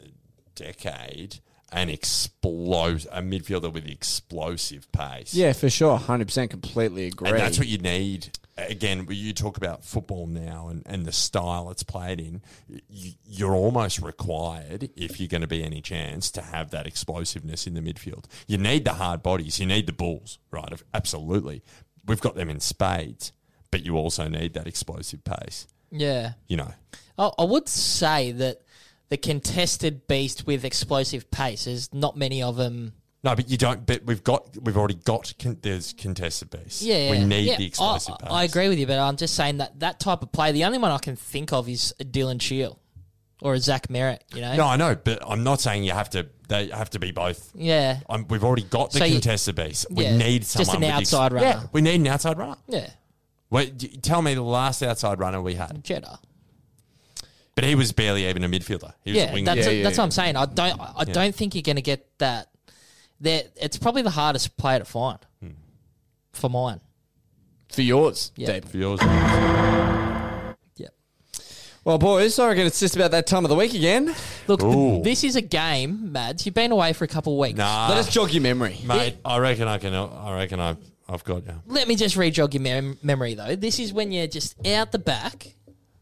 a decade an explosive a midfielder with explosive pace.
yeah, for sure. 100% completely agree.
And that's what you need. Again, when you talk about football now and, and the style it's played in. You, you're almost required, if you're going to be any chance, to have that explosiveness in the midfield. You need the hard bodies. You need the balls, right? Of- Absolutely. We've got them in spades, but you also need that explosive pace,
Yeah.
you know.
I I would say that the contested beast with explosive pace, there's not many of them.
No, but you don't. But we've got, we've already got. Con- there's contested pace.
Yeah,
we
yeah.
need
Yeah,
the explosive
I,
pace.
I agree with you, but I'm just saying that that type of play, the only one I can think of is a Dylan Shield or a Zach Merritt. You know,
No, I know, but I'm not saying you have to. They have to be both.
yeah,
Um, we've already got the
So you-
contested piece. We
yeah,
need
just
someone
an
with ex-
outside runner.
Yeah, we need an outside runner.
yeah,
Wait, d- tell me the last outside runner we had,
Jeddah.
but he was barely even a midfielder. He was a
Yeah,
winger.
that's
Yeah,
a-
yeah,
that's what I'm saying. I don't I I don't think you're going to get that. There, it's probably the hardest player to find
Hmm.
for mine.
for yours,
Yeah.
Deep.
for yours.
Yep.
Well, boys, I reckon it's just about that time of the week again.
Look, th- this is a game, Mads. You've been away for a couple of weeks.
Nah,
Let us jog your memory.
mate. I reckon I can. I reckon I've I've got you.
Let me just rejog your mem- memory, though. This is when you're just out the back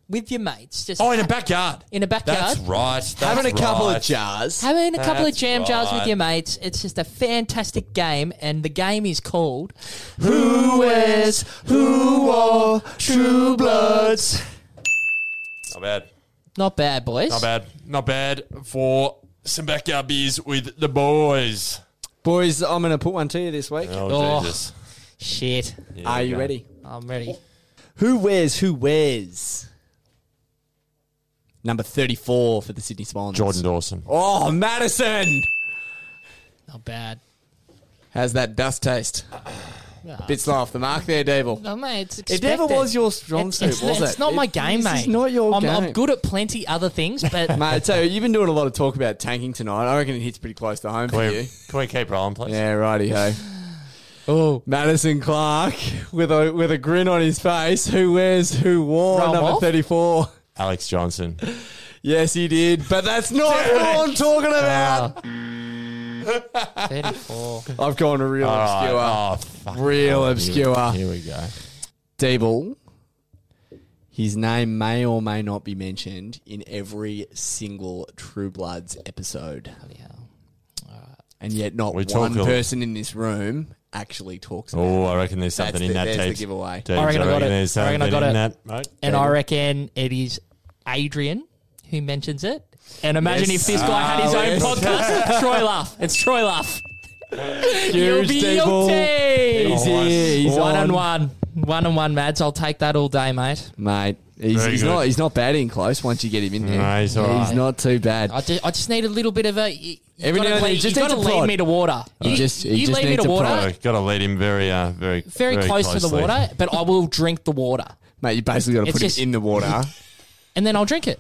with your mates, just
Oh, in a
ha-
backyard.
In a backyard?
That's right. That's
Having a couple
right.
of jars.
having a couple of
That's
jam jars with
right.
your mates. It's just a fantastic game, and the game is called
Who is who are true bloods?
Not bad.
Not Bad Boys.
Not bad. Not bad for some backyard beers with the boys.
Boys, I'm going to put one to you this week.
Oh,
Oh.
Jesus.
Shit,
Here
Are
we
you
go.
ready?
I'm ready.
Who wears who wears? Number 34 for the Sydney Swans.
Jordan Dawson.
Oh, Madison!
Not bad.
How's that dust taste? Bit slow off the mark there, Devil.
No, mate, it's
It never
expected.
was your strong
It's-
suit,
it's,
was
it's
it?
not my
It-
game,
this
mate.
is not your
I'm, I'm
game.
good at plenty other things, but
Mate, so you've been doing a lot of talk about tanking tonight. I reckon it hits pretty close to home for
Can
you.
we, can we keep rolling, please?
Yeah, righty ho.
oh,
Madison Clark with a with a grin on his face. Who wears who wore
Roll
number
off?
thirty four?
Alex Johnson.
Yes, he did, but that's not
Damn
what I'm talking about.
34.
I've gone real
All right.
obscure,
Oh, fuck.
real
Here we-
obscure.
Here we go.
Deeble. His name may or may not be mentioned in every single True Bloods episode,
Yeah.
and yet not
We
one
talk a-
person in this room actually talks about. it.
Oh, I reckon there's something
That's
in
the-
that
there's the
Teebs.
giveaway.
Teebs,
I reckon I got it.
there's
I reckon I
something
got
in
it.
that, mate.
And I reckon it is Adrian who mentions it. And imagine
Yes.
if this guy had his
Ah,
own
yes.
podcast. It's Troy Laugh. It's Troy Laugh. You'll
Huge
be
Deeble.
guilty.
Oh,
He's here. He's
one
on.
and one. One and one, Mads. I'll take that all day, mate.
mate. He's,
Very
he's
good.
not he's not bad in close once you get him in there.
No, he's all right.
not too bad.
I just, I just need a little bit of a. You, you
Every
gotta
now and then,
lead-
he just
you
needs
gotta
a prod.
lead me to water.
He
You,
just- he
you
just
lead me
needs
to
a
water.
prod.
Got to lead him very, uh, very,
Very, close to the
closely.
water, but I will drink the water,
Mate, you basically got to
It's
put
just-
it in the water.
and then I'll drink it.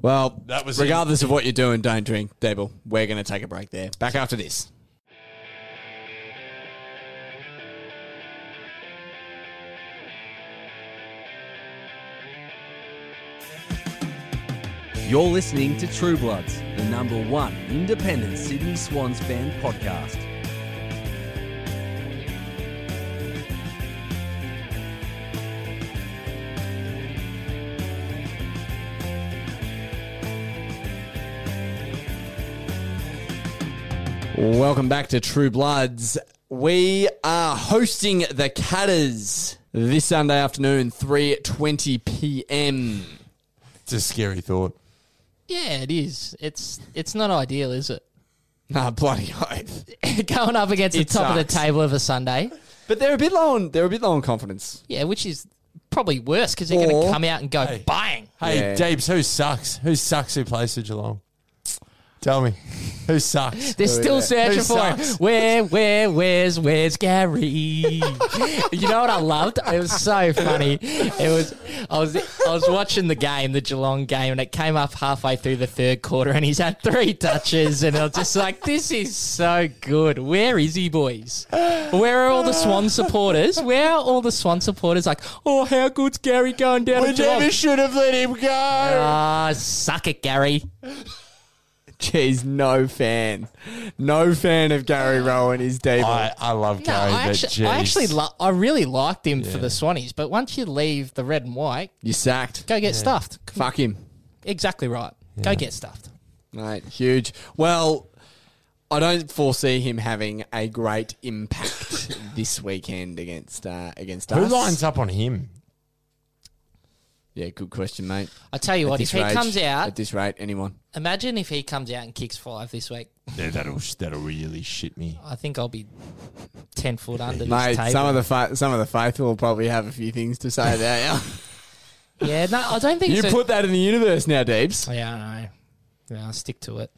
Well,
That was
regardless of what you're doing, don't drink, Dable. We're going to take a break there. Back after this.
You're listening to True Bloods, the number one independent Sydney Swans fan podcast.
Welcome back to True Bloods. We are hosting the Catters this Sunday afternoon, 3.20 p.m.
It's a scary thought.
Yeah, it is. It's it's not ideal, is it?
Ah, bloody oath.
Going up against
It
the top of the
sucks.
table of a Sunday.
But they're a bit low on, they're a bit low on confidence.
Yeah, which is probably worse because they're going
Or-
to come out and go bang.
Hey,
Yeah.
Deebs, who sucks? Who sucks who plays for Geelong? Tell me. Who sucks?
They're still searching
Who
for
sucks?
it. Where, where, where's, where's Gary? you know what I loved? It was so funny. It was, I was, I was watching the game, the Geelong game, and it came up halfway through the third quarter, and he's had three touches, and I was just like, this is so good. Where is he, boys? Where are all the Swan supporters? Where are all the Swan supporters? Like, oh, how good's Gary going down?
we
at Geelong?
never should have let him go.
Ah, suck it, Gary.
Jeez, no fan. No fan of Gary Rowan is Dable.
I, I love
No,
Gary,
I
but
actually, I
jeez.
actually, lo- I really liked him for the Swannies, but once you leave the red and white,
You're sacked.
go get stuffed.
Fuck him.
Exactly right. Go get stuffed.
Mate, huge. Well, I don't foresee him having a great impact this weekend against uh, against
Who
us.
lines up on him?
Yeah, good question, mate.
I tell you
At
what,
this
if he
rate-
comes
at
out,
this rate, anyone.
imagine if he comes out and kicks five this week.
Yeah, that'll that'll really shit me.
I think I'll be ten foot under
Mate,
this table.
some of the fa- some of the faithful will probably have a few things to say about
yeah, no, I don't think
you. you
so. Oh,
put that in the universe now, Deeps.
yeah, I know. Yeah, I'll stick to it.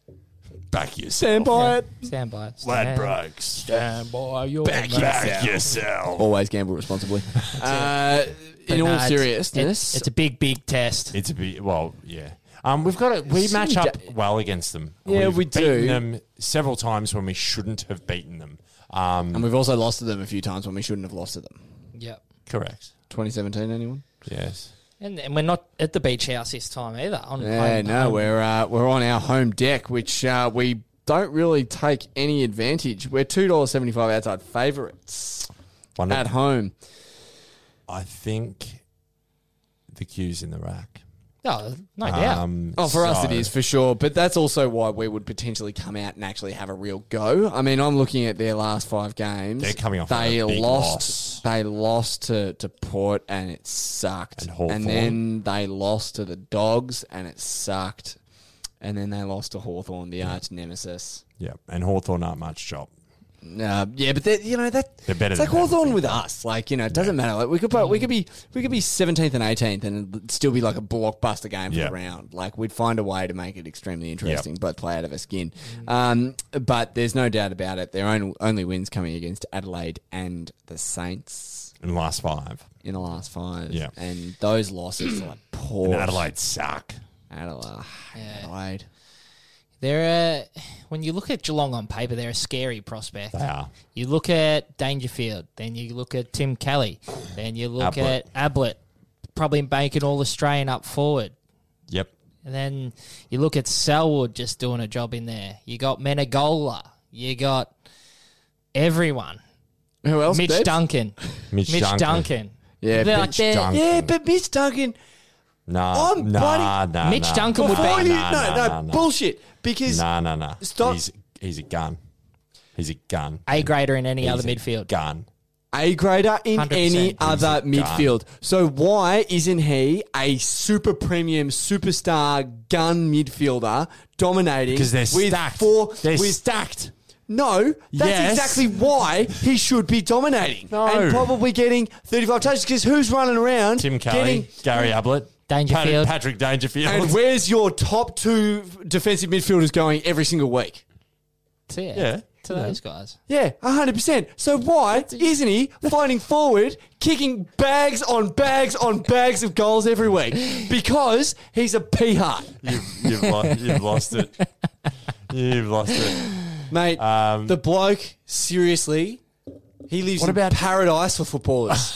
Back yourself,
Stand by it.
Stand by it.
lad,
Stand,
blokes.
Stand by your
Back,
mate.
back yourself.
Always gamble responsibly. uh, in
But no,
all
it's-
seriousness,
it's, it's a big, big test.
It's a bit well, yeah. Um, we've got it. We
Sydney
match up
da-
well against them.
uh, Yeah,
We've
we do.
Beaten them several times when we shouldn't have beaten them.
and
Um,
we've also lost to them a few times when we shouldn't have lost to them.
Yep.
correct.
2017, anyone?
Yes.
And, and we're not at the beach house this time either. On
Yeah,
home-
no,
home.
we're uh, we're on our home deck, which uh, we don't really take any advantage. We're two dollars seventy five outside favourites
One
at
of,
home.
I think the queue's in the rack.
no, no doubt.
Um,
Oh, for us it
so-
is for sure, but that's also why we would potentially come out and actually have a real go. I mean, I'm looking at their last five games.
They're coming off
They
a big
lost.
loss.
They lost to, to Port and it sucked.
And Hawthorn.
And then they lost to the Dogs and it sucked. And then they lost to Hawthorn, the arch nemesis.
Yeah, and Hawthorn aren't much job.
Uh, yeah, but that you know that
They're better
It's
than
like
them.
Hawthorn with us. Like you know, it doesn't matter. Like we could
Mm.
put, we could be we could be seventeenth and eighteenth, and it'd still be like a blockbuster game for
Yeah.
the round. Like we'd find a way to make it extremely interesting, but play out of our skin.
Mm.
Um, but there's no doubt about it. Their own only wins coming against Adelaide and the Saints
In the last five,
in the last five.
Yeah.
and those losses are like
and
poor
Adelaide suck.
Adelaide. Adelaide.
They're a, when you look at Geelong on paper, they're a scary prospect.
They are.
You look at Dangerfield, then you look at Tim Kelly, then you look
Ablett.
at Ablett, probably making all Australian up forward.
Yep.
And then you look at Selwood just doing a job in there. You got Menegola. You got everyone.
Who else?
Mitch
Debs?
Duncan.
Mitch,
Mitch Duncan.
Yeah, Mitch
They're like they're-
Duncan.
Yeah, but Mitch Duncan.
Nah,
I'm
nah,
bloody-
nah,
Mitch
nah.
Duncan would
Before
be-
you,
Nah,
no,
nah,
no,
nah, nah.
bullshit. Because
No, no, no.
Stop.
He's he's a gun. He's a gun.
A grader in any
He's
other
a
midfield.
Gun.
A grader in
100%.
any
He's
other midfield. So why isn't he a super premium superstar gun midfielder dominating?
Because they're
with
stacked.
Four,
They're
with-
stacked.
no, that's
Yes.
exactly why he should be dominating
No.
and probably getting thirty-five touches. Because who's running around?
Tim Kelly,
getting-
Gary Ablett,
Dangerfield.
Pat- Patrick Dangerfield.
and where's your top two defensive midfielders going every single week?
So, yeah.
Yeah.
To those guys.
Yeah, 100%. So why isn't he finding forward, kicking bags on bags on bags of goals every week? Because he's a pea heart.
you've, you've, lo- you've lost it. You've lost it.
Mate,
Um,
the bloke, seriously, he lives
What
in
about-
paradise for footballers.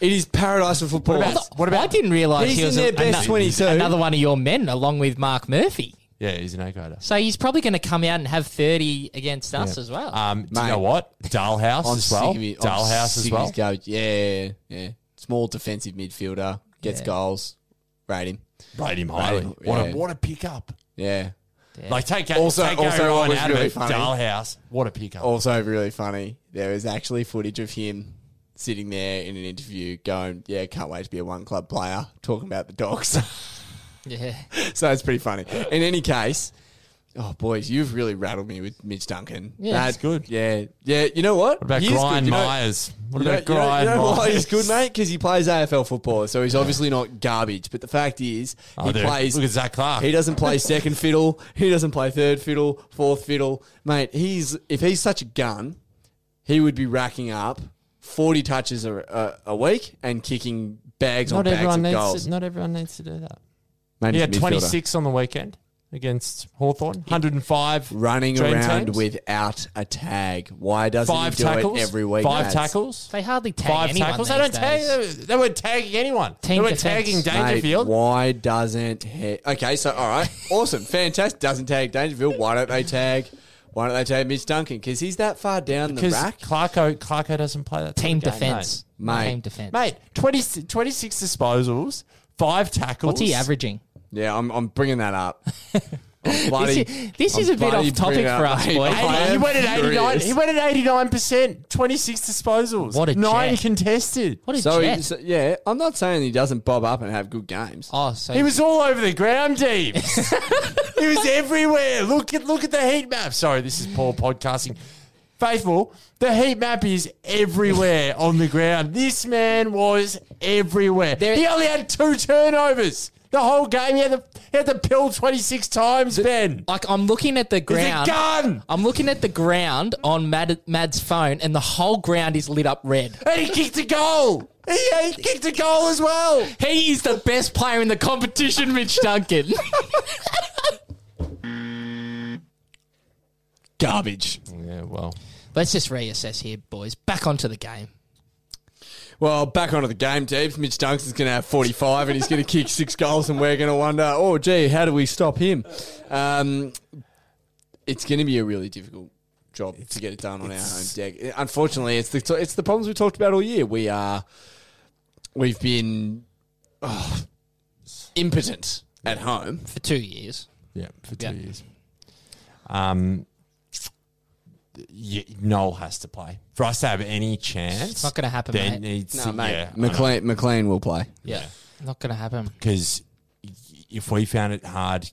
it is paradise for footballers.
What about, I didn't realise
He's
he was
in
a-
their best
ano-
22.
another one of your men along with Mark Murphy.
Yeah, he's an A grader.
So he's probably going to come out and have 30 against us as well.
Um, do you
Mate.
know what? Dollhouse
I'm
as
sick
well.
of it. I'm
Dollhouse
sick
as
of
well.
his go- Yeah, yeah. Small defensive midfielder, gets
Yeah.
goals, rate him.
Rate him highly.
him,
What,
yeah.
a, what a pickup.
Yeah.
Like, take,
Also-
also, take
also
Gary
what
Ryan
was
out of
really
it.
funny-
Dollhouse. What a pickup.
also really funny. There is actually footage of him sitting there in an interview going, Yeah, can't wait to be a one club player, talking about the dogs.
yeah.
so it's pretty funny. In any case, oh, boys, you've really rattled me with Mitch Duncan.
Yeah,
That-
it's
good.
Yeah. Yeah. You know what?
what about
He is good,
Brian
you know-
Myers? What
you know-
about
you know-
Brian
you know why
Myers?
he's good, mate? Because he plays AFL football, so he's obviously not garbage. But the fact is,
Oh,
he
there-
plays.
Look at Zach Clark.
He doesn't play second fiddle. He doesn't play third fiddle, fourth fiddle. Mate, he's if he's such a gun, he would be racking up 40 touches a, a, a week and kicking bags on bags of goals.
not everyone needs to do that.
Mate,
He
he's
had
a midfielder.
26 on the weekend against Hawthorn. 105
running
dream
around
teams.
without a tag. Why doesn't
five
he do
tackles
it every week?
Five
Mads?
tackles.
They hardly tag
Five
anyone
tackles. They
these
don't tag.
days.
They, were- they weren't tagging anyone.
Team
they were
defense.
tagging
Mate,
Mate,
Dangerfield.
why doesn't he? Okay, so all right, awesome, fantastic. Doesn't tag Dangerfield. Why don't they tag? Why don't they tag Mitch Duncan? Because he's that far down the
Because
rack.
Clarko, Clarko doesn't play that
Team
type of game,
defense.
Mate.
Team defense.
mate. Mate, 20, 26 disposals, five tackles.
What's he averaging?
Yeah, I'm, I'm bringing that up. I'm
This
bloody-
is, this
I'm
is a bit
bloody
off topic
bringing it
for
up,
us,
mate. I
boys.
Eighty- he
am
went at eighty nine.
furious.
He went at eighty nine percent. Twenty six disposals.
What a
nine
jet.
contested.
What a
So, he-
jet.
so yeah, I'm not saying he doesn't bob up and have good games.
Oh, so
He was all over the ground, Deep. he was everywhere. Look at look at the heat map. Sorry, this is poor podcasting. Faithful, the heat map is everywhere on the ground. This man was everywhere.
There-
he only had two turnovers the whole game. He had the, he had the pill twenty six times. Ben,
like I'm looking at the
he's
ground.
a gun,
I'm looking at the ground on Mad, Mad's phone, and the whole ground is lit up red.
and he kicked a goal. He, he kicked a goal as well.
He is the best player in the competition, Mitch Duncan.
Garbage.
Yeah, well,
Let's just reassess here, boys. Back onto the game.
Well, back onto the game, Debs. Mitch Duncan's going to have 45 and he's going to kick six goals, and we're going to wonder, oh, gee, how do we stop him? Um, it's going to be a really difficult job to get it done on our home deck. Unfortunately, it's the it's the problems we talked about all year. We are we've been oh, impotent at home.
for two years.
Yeah, for two
Yeah.
years. Um, y- Noel has to play for us to have any chance.
It's not going to happen,
there
mate.
needs
No,
to-
mate.
yeah,
McLean McLean will play.
Yeah, not going to happen.
because if we found it hard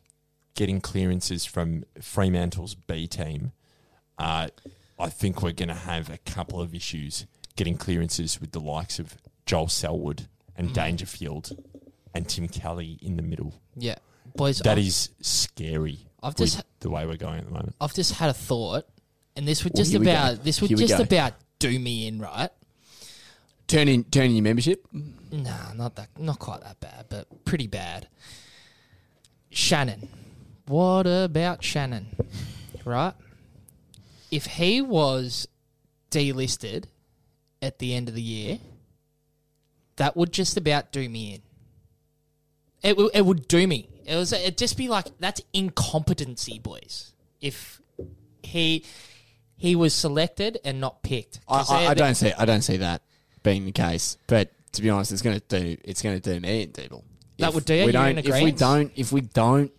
getting clearances from Fremantle's B team, uh, I think we're going to have a couple of issues getting clearances with the likes of Joel Selwood
Mm.
and Dangerfield and Tim Kelly in the middle.
Yeah, boys.
That
I've,
is scary.
I've
with
just-
the way we're going at the moment.
I've just had a thought, and this would just
here we go.
about this would
Here we
just
go.
about do me in, right?
Turn in turn in your membership.
Nah, not that, not quite that bad, but pretty bad. Shannon, what about Shannon? Right, if he was delisted at the end of the year, that would just about do me in. It w- it would do me. It was it'd just be like that's incompetency, boys. If he he was selected and not picked,
I,
'Cause
I, I
they-
don't see I don't see that being the case. But to be honest, it's going to do it's going to do me and Deeble.
That
If
would do you,
We
you're
don't,
in
if we
agreement.
don't if we don't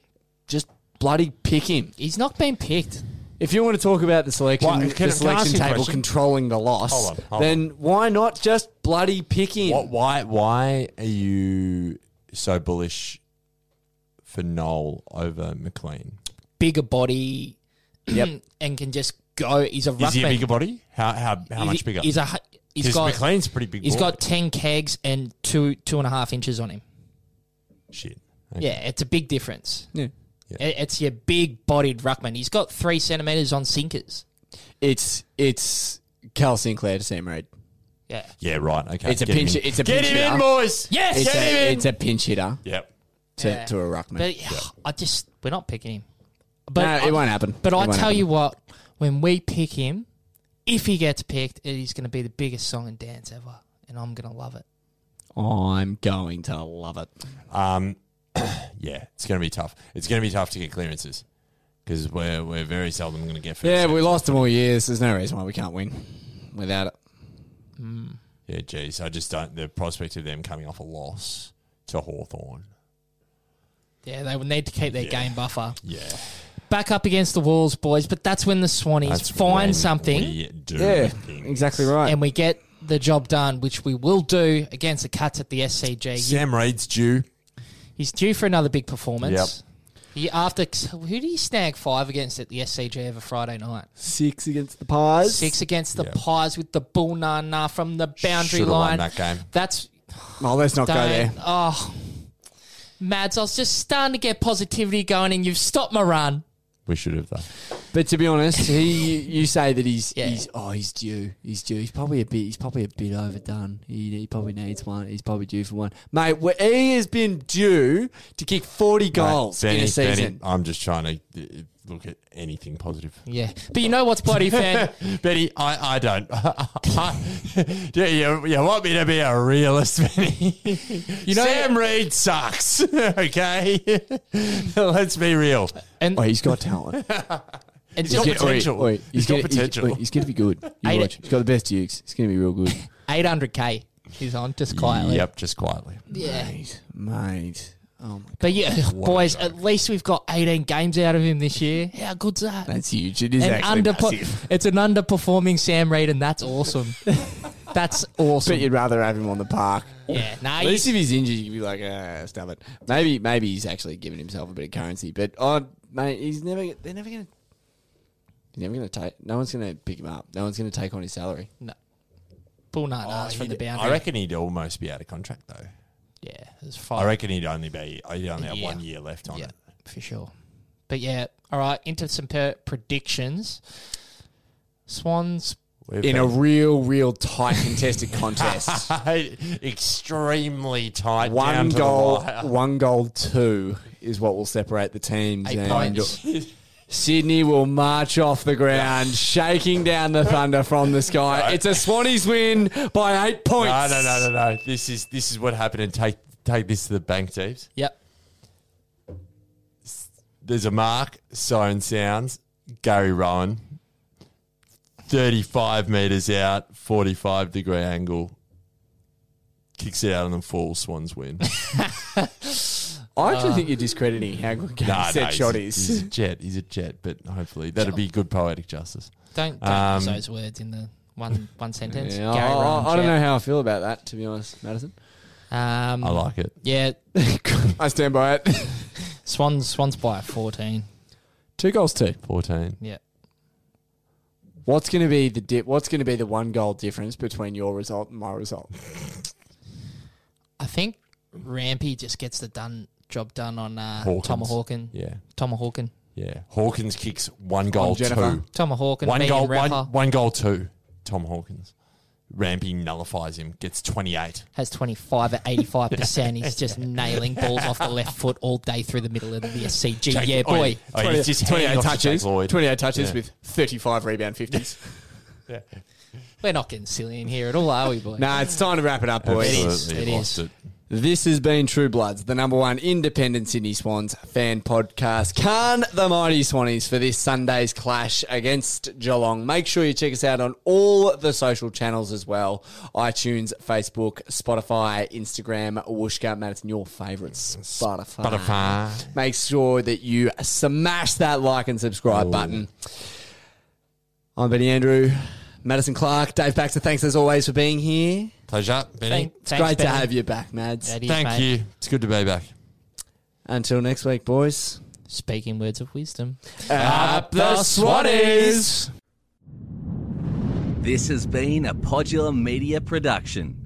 just bloody pick him.
He's not been picked.
If you want to talk about the selection
Why- can- can I
the
ask
selection
you a
table
question?
controlling the loss,
Hold on, hold
then why not just bloody pick him?
What, why why are you so bullish for Noel over McLean?
bigger body and can just go. He's a ruckman.
Is he a bigger body? How how, how much bigger?
He's a. hu- He's
Because
got.
McLean's a pretty big.
he's
boy.
got ten kegs and two two and a half inches on him.
shit.
Yeah, it's a big difference.
Yeah.
It- It's your big bodied ruckman. He's got three centimeters on sinkers.
It's it's Cal Sinclair to Sam Reid.
Yeah.
Yeah, right. Okay.
It's a
Get him
pinch.
in.
It's a
Get
pinch
him
hitter.
in, boys.
Yes!
It's,
Get him
a,
in.
it's a pinch hitter
Yep.
to,
Yeah.
to a ruckman.
But I just we're not picking him.
no,
But I,
it won't happen.
But
It
I
won't
tell
happen.
you what, when we pick him, if he gets picked, it is going to be the biggest song and dance ever, and I'm going to love it.
I'm going to love it.
Um, yeah, it's going to be tough. It's going to be tough to get clearances because we're we're very seldom going to get.
Yeah,
First.
we lost them all years. There's no reason why we can't win without it.
Yeah. Geez, I just don't. The prospect of them coming off a loss to Hawthorn.
Yeah, they would need to keep their
Yeah.
game buffer.
Yeah.
back up against the walls, boys. But that's when the Swannies
That's when
find something
We do things.
exactly right.
and we get the job done, which we will do against the Cats at the SCG.
Sam Reid's due.
He's due for another big performance. He after who did he snag five against at the SCG over Friday night?
Six against the Pies.
Six against the
Yeah.
Pies with the bull na na from the boundary
Should've
line.
won that game.
That's
Oh, let's not go there.
don't, oh. Mads, I was just starting to get positivity going, and you've stopped my run.
We should have though.
But to be honest, he you say that he's
Yeah.
he's oh he's due he's due he's probably a bit he's probably a bit overdone. He, he probably needs one. He's probably due for one, mate. wh- He has been due to kick forty goals
Benny,
in a season.
Benny, I'm just trying to uh, look at anything positive.
Yeah, but you know what's bloody fair?
Benny, I, I don't. yeah, you, you want me to be a realist, Benny? You know, Sam Reid sucks. okay, let's be real.
And,
Oh, he's got talent.
and
got
just-
potential.
Oi, oi,
He's got
gonna,
potential.
He's, oi, he's going to be good. You
Eight-
watch. He's got the best dukes. He's going to be real good,
800k he's on just quietly.
Yep, just quietly.
Yeah.
mate. Oh my,
But yeah, boys, at least we've got 18 games out of him this year. How good's that?
that's huge. It is
An
actually
underpo-
massive.
it's an underperforming Sam Reid, and that's awesome. that's awesome.
But you'd rather have him on the park.
yeah, nah,
At
you-
least if he's injured, you'd be like, ah, stop it. Maybe, maybe he's actually giving himself a bit of currency. But oh, mate, he's never. They're never gonna. He's never gonna take. No one's gonna pick him up. No one's gonna take on his salary.
no. Bull nut nuts from the
He'd-
boundary.
I reckon he'd almost be out of contract though.
yeah, it's
I
fine.
reckon he'd only be. He'd only have
Yeah.
one year left on
yeah,
it.
for sure. But yeah, all right, into some per- predictions. Swans,
We've
In a
been-
real, real tight contested contest,
extremely tight. down
one
to the
goal,
wire.
one goal, two is what will separate the teams.
eight
and
points.
Sydney will march off the ground, shaking down the thunder from the sky. It's a Swannies win by eight points.
No, no, no, no, no. This is this is what happened. And take take this to the bank, Jeeves.
Yep.
There's a mark. Siren sounds. Gary Rowan. Thirty-five meters out, forty-five degree angle. Kicks it out and then falls. Swans win.
I actually think you're discrediting how good Gary's
Nah,
set
nah,
shot
he's,
is.
a- He's a jet. He's a jet. But hopefully that'd be good poetic justice.
Don't, don't
Um,
use those words in the one one sentence.
Yeah,
Gary
I, I-
Rowan,
I don't know
Jet.
how I feel about that, to be honest, Madison.
Um,
I like it.
yeah,
I stand by it.
Swans Swans by fourteen.
two goals, two.
Fourteen.
Yeah.
What's going to be the dip? What's going to be the one goal difference between your result and my result?
I think Rampy just gets the done job done on uh,
Hawkins.
Tom Hawken.
Yeah.
Tom Hawken.
Yeah. Hawkins kicks one goal,
Jennifer.
two.
Tom Hawken.
one
Megan
goal, one,
Rapper
one goal, two. Tom Hawkins. Rampy nullifies him, gets 28.
has twenty five at eighty five percent. He's just nailing balls off the left foot all day through the middle of the SCG.
Jake-
yeah,
oh,
boy.
Oh, he's just handing
28
off to Jake
touches,
Lloyd.
28 touches
Yeah.
with 35 rebound 50s.
We're not getting silly in here at all, are we, boy?
nah, it's time to wrap it up, boys.
It is.
Absolutely
It is.
lost it.
This has been True Bloods, the number one independent Sydney Swans fan podcast. Can the mighty Swannies for this Sunday's clash against Geelong? Make sure you check us out on all the social channels as well iTunes, Facebook, Spotify, Instagram, Wooshka, Madison, your favourites. Spotify.
Spotify.
Make sure that you smash that like and subscribe button. I'm Benny Andrew, Madison Clark, Dave Baxter. Thanks as always for being here.
Pleasure, Benny.
Thank-
It's
thanks,
great to
Benny.
have you back, Mads.
That is,
Thank
mate.
you. It's good to be back.
Until next week, boys.
Speaking words of wisdom.
Up
the Swannies!
This has been a Podular Media production.